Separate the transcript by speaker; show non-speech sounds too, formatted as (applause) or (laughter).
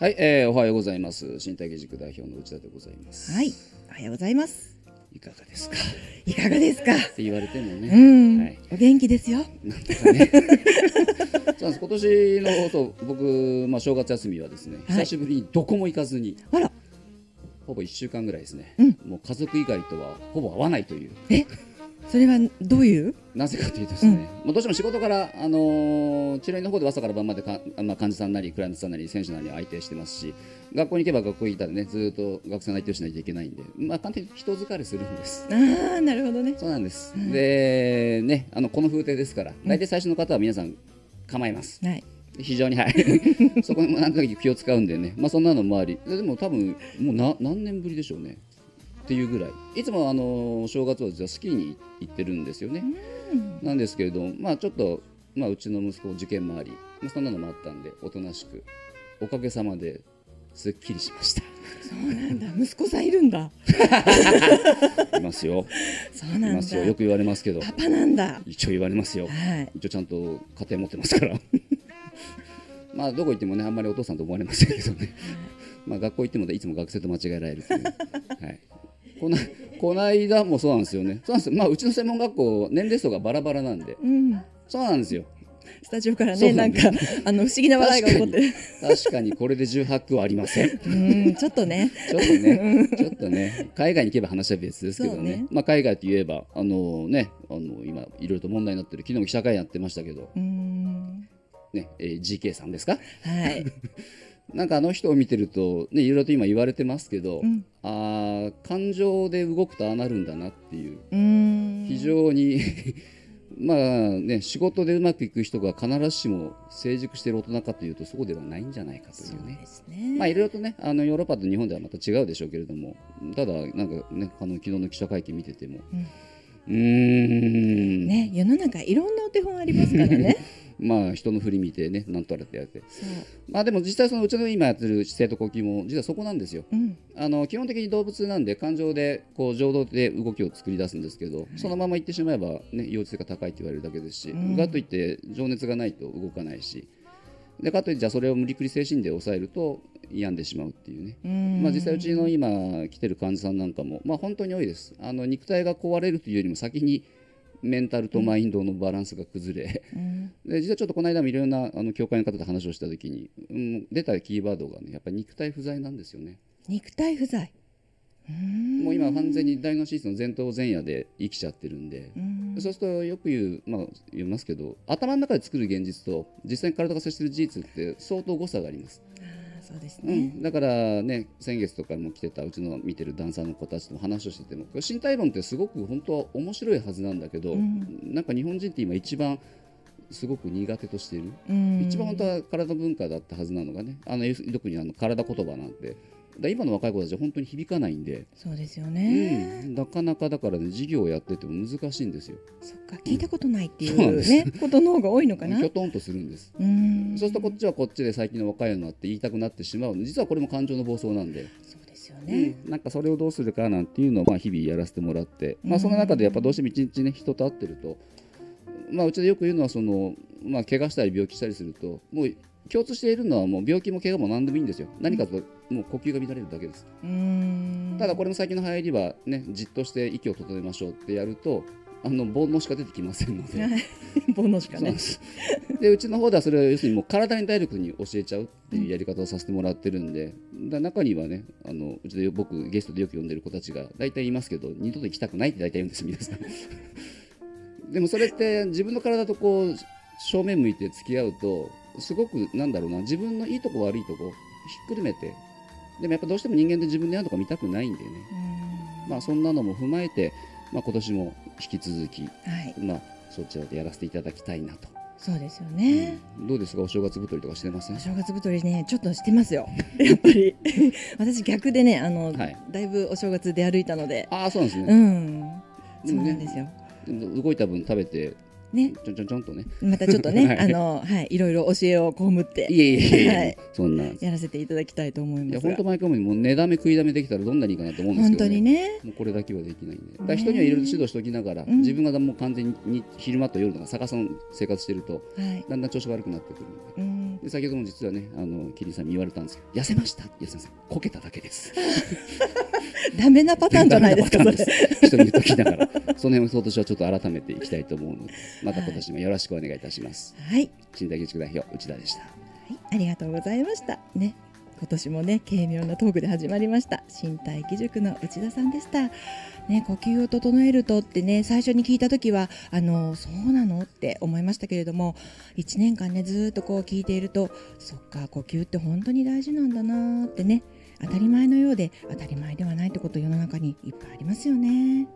Speaker 1: はい、えー、おはようございます。新体義塾代表の内田でございます。
Speaker 2: はい、おはようございます。
Speaker 1: いかがですか。っ
Speaker 2: いかがですか。
Speaker 1: て言われても
Speaker 2: う
Speaker 1: ね。
Speaker 2: ん、
Speaker 1: はい
Speaker 2: お元気ですよ。
Speaker 1: なんとかね。そうなんです。今年のと僕まあ正月休みはですね、
Speaker 2: はい
Speaker 1: 久しぶりにどこも行かずに
Speaker 2: あら、
Speaker 1: ほぼ一週間ぐらいですね。
Speaker 2: うん
Speaker 1: もう家族以外とはほぼ会わないという。
Speaker 2: それはどういう。
Speaker 1: なぜかというとですね、まあどうしても仕事から、あのー治療院の方で朝から晩までか、まあ、患者さんなりクライアントさんなり選手なり相手してますし学校に行けば学校にいたらねずーっと学生の相手をしないといけないんで、まあ、簡単に人疲れするんです。
Speaker 2: ああ、なるほどね。
Speaker 1: そうなんです、
Speaker 2: うん
Speaker 1: でねあのこの風景ですから
Speaker 2: ん
Speaker 1: 大体最初の方は皆さん構えます
Speaker 2: はい。
Speaker 1: 非常にはい (laughs) そこにもなんとなく気を使うんでね、まあ、そんなのもありでも多分もうな何年ぶりでしょうねっていうぐらいいつもあのー正月は実はスキーに行ってるんですよね。
Speaker 2: うん
Speaker 1: なんですけれども、まあ、ちょっと、まあ、うちの息子受験もあり、まあ、そんなのもあったんでおとなしくおかげさまですっきりしました。
Speaker 2: そうなんだ。息子さんいるんだ。
Speaker 1: いますよ、
Speaker 2: そ
Speaker 1: い
Speaker 2: う (laughs) なん
Speaker 1: ます
Speaker 2: だ
Speaker 1: よ、。よく言われますけど、
Speaker 2: パパなんだ。
Speaker 1: 一応言われますよ、
Speaker 2: はい。
Speaker 1: 一応ちゃんと家庭持ってますから。 (laughs) まあどこ行ってもねあんまりお父さんと思われませんけどね。 (laughs) まあ学校行ってもいつも学生と間違えられるという、はい。このこないだもそうなんですよね。そうなんですよ。まあうちの専門学校年齢層がバラバラなんで、
Speaker 2: うん。
Speaker 1: そうなんですよ。
Speaker 2: スタジオから
Speaker 1: そう
Speaker 2: ね、
Speaker 1: な
Speaker 2: なんん
Speaker 1: だ
Speaker 2: か、あの不思議な笑いが起こってる。
Speaker 1: 確かにこれで18区はありませ
Speaker 2: (laughs)
Speaker 1: ん。
Speaker 2: うん、ちょっとね。
Speaker 1: ちょっとね、ちょっとね、海外に行けば話は別ですけどね、
Speaker 2: そうね
Speaker 1: まあ海外といえば、あのね、あの今いろいろと問題になってる、昨日も記者会やってましたけど、
Speaker 2: うん。
Speaker 1: ね、えー GK さんですか？
Speaker 2: はい。
Speaker 1: なんかあの人を見てるとね、いろいろと今言われてますけど、
Speaker 2: うん。
Speaker 1: あー感情で動くとああなるんだなっていう
Speaker 2: うん。
Speaker 1: 非常に。 (laughs) まあね、仕事でうまくいく人が必ずしも成熟している大人かというとそうではないんじゃないかとい
Speaker 2: そう
Speaker 1: うね
Speaker 2: ですね。
Speaker 1: まあいろいろとね、あのヨーロッパと日本ではまた違うでしょうけれども、ただなんかね、あの昨日の記者会見見てても、
Speaker 2: うん
Speaker 1: うーん、
Speaker 2: ね、世の中いろんなお手本ありますから
Speaker 1: (laughs)
Speaker 2: ね。
Speaker 1: まあ人の振り見てね、なんとあれってやって、
Speaker 2: そう。
Speaker 1: まあでも実際そのうちの今やってる生徒呼吸も実はそこなんですよ。
Speaker 2: うん。
Speaker 1: あの基本的に動物なんで感情でこう情動で動きを作り出すんですけど、そのまま行ってしまえば、ね、幼稚性が高いって言われるだけですし、
Speaker 2: うん
Speaker 1: がといって情熱がないと動かないしでかといってじゃあそれを無理くり精神で抑えると病んでしまうっていうね
Speaker 2: うん。
Speaker 1: まあ、実際うちの今来てる患者さんなんかも、まあ、本当に多いですあの肉体が壊れるというよりも先にメンタルとマインドのバランスが崩れ、 (laughs)
Speaker 2: うん。
Speaker 1: で実はちょっとこの間もいろんなあの教会の方と話をした時に、うん、出たキーワードがねやっぱり肉体不在なんですよね
Speaker 2: 肉体不在。うーん
Speaker 1: もう今完全に大脳手術の前頭前野で生きちゃってるんで、
Speaker 2: うん
Speaker 1: そうするとよく言う、まあ、言いますけど頭の中で作る現実と実際に体が接してる事実って相当誤差があります
Speaker 2: あーそうです
Speaker 1: う
Speaker 2: ね。
Speaker 1: ん、だからね先月とかも来てたうちの見てるダンサーの子たちとも話をしててもこれ身体論ってすごく本当は面白いはずなんだけど、
Speaker 2: うん
Speaker 1: なんか日本人って今一番すごく苦手としている、
Speaker 2: うん
Speaker 1: 一番本当は体文化だったはずなのがねあの特にあの体言葉なんてだから今の若い子たちは本当に響かないんで、
Speaker 2: そうですよ
Speaker 1: う
Speaker 2: ね。
Speaker 1: ん、なかなかだからね授業をやってても難しいんですよ
Speaker 2: そっか聞いたことないってい
Speaker 1: そうなん
Speaker 2: う
Speaker 1: です
Speaker 2: ねことの方が多いのか
Speaker 1: き
Speaker 2: な。
Speaker 1: ょとんとするんです、
Speaker 2: うん。
Speaker 1: そうするとこっちはこっちで最近の若いのって言いたくなってしまうの実はこれも感情の暴走なんで。
Speaker 2: そうですよね。
Speaker 1: うんなんかそれをどうするかなんていうのをまあ日々やらせてもらって、まあ、
Speaker 2: うん
Speaker 1: その中でやっぱどうしても一日ね人と会ってると、まあ、うちでよく言うのはその、まあ、怪我したり病気したりするともう共通しているのはもう病気も怪我も何でもいいんですよ何かともう呼吸が乱れるだけです、
Speaker 2: うん。
Speaker 1: ただこれの最近の流行りはねじっとして息を整えましょうってやるとあの煩悩しか出てきませ
Speaker 2: (laughs)
Speaker 1: んので。
Speaker 2: れ (laughs) 煩悩しか
Speaker 1: そうなん
Speaker 2: ね
Speaker 1: で。すでうちの方ではそれを要するにもう体にダイレクトに教えちゃうっていうやり方をさせてもらってるんで、だ中にはねあのうちで僕ゲストでよく呼んでる子たちが大体言いますけど二度と行きたくないって大体言うんです皆さん (laughs) でもそれって自分の体とこう正面向いて付き合うとすごくなんだろうな自分のいいとこ悪いとこひっくるめてでもやっぱどうしても人間って自分の嫌なとこ見たくないんだよね
Speaker 2: うん
Speaker 1: まあそんなのも踏まえて、まあ、今年も引き続き
Speaker 2: はい
Speaker 1: まあそちらでやらせていただきたいなと
Speaker 2: そうですよね。
Speaker 1: うんどうですかお正月太りとかしてません
Speaker 2: お正月太りねちょっとしてますよ。 (laughs) やっぱり私逆でねあの
Speaker 1: はい
Speaker 2: だいぶお正月出歩いたので。
Speaker 1: ああそうなんです
Speaker 2: う
Speaker 1: ね、
Speaker 2: ん。
Speaker 1: で
Speaker 2: そう
Speaker 1: も
Speaker 2: なん
Speaker 1: ね
Speaker 2: ですよ。
Speaker 1: でも動いた分食べて
Speaker 2: ね
Speaker 1: ちょんちょんちょんとね
Speaker 2: またちょっ
Speaker 1: (laughs)
Speaker 2: と
Speaker 1: は
Speaker 2: ね
Speaker 1: い
Speaker 2: あのはいいろいろ教えをこむって
Speaker 1: いえいえいえ、
Speaker 2: はい
Speaker 1: そんない
Speaker 2: やらせていただきたいと思いま
Speaker 1: や
Speaker 2: すが
Speaker 1: 本当毎回ももう寝だめ食いだめできたらどんなにいいかなと思うんです
Speaker 2: 本
Speaker 1: けど、
Speaker 2: 当
Speaker 1: ね、
Speaker 2: にね
Speaker 1: もうこれだけはできないんでだから人にはいろいろ指導しておきながら、
Speaker 2: うん
Speaker 1: 自分がもう完全に昼間と夜とか逆さの生活してると
Speaker 2: はい
Speaker 1: だんだん調子が悪くなってくるので
Speaker 2: うんうん
Speaker 1: で先ほども実はねあのキリンさんに言われたんですけど痩せましたって痩せませんこけただけです
Speaker 2: ダメなパターンじゃないですか、それ。
Speaker 1: 人に言っときながら、その辺を今年はちょっと改めていきたいと思うので、また今年もよろしくお願いいたします。
Speaker 2: はい、
Speaker 1: 新大建築代表、内田でした。
Speaker 2: はい、ありがとうございました。ね、今年もね、軽妙なトークで始まりました。新体義塾の内田さんでした。ね、呼吸を整えるとってね、最初に聞いた時は、あの、そうなのって思いましたけれども。一年間ね、ずーっとこう聞いていると、そっか、呼吸って本当に大事なんだなーってね。当たり前のようで、当たり前ではないってこと、世の中にいっぱいありますよね。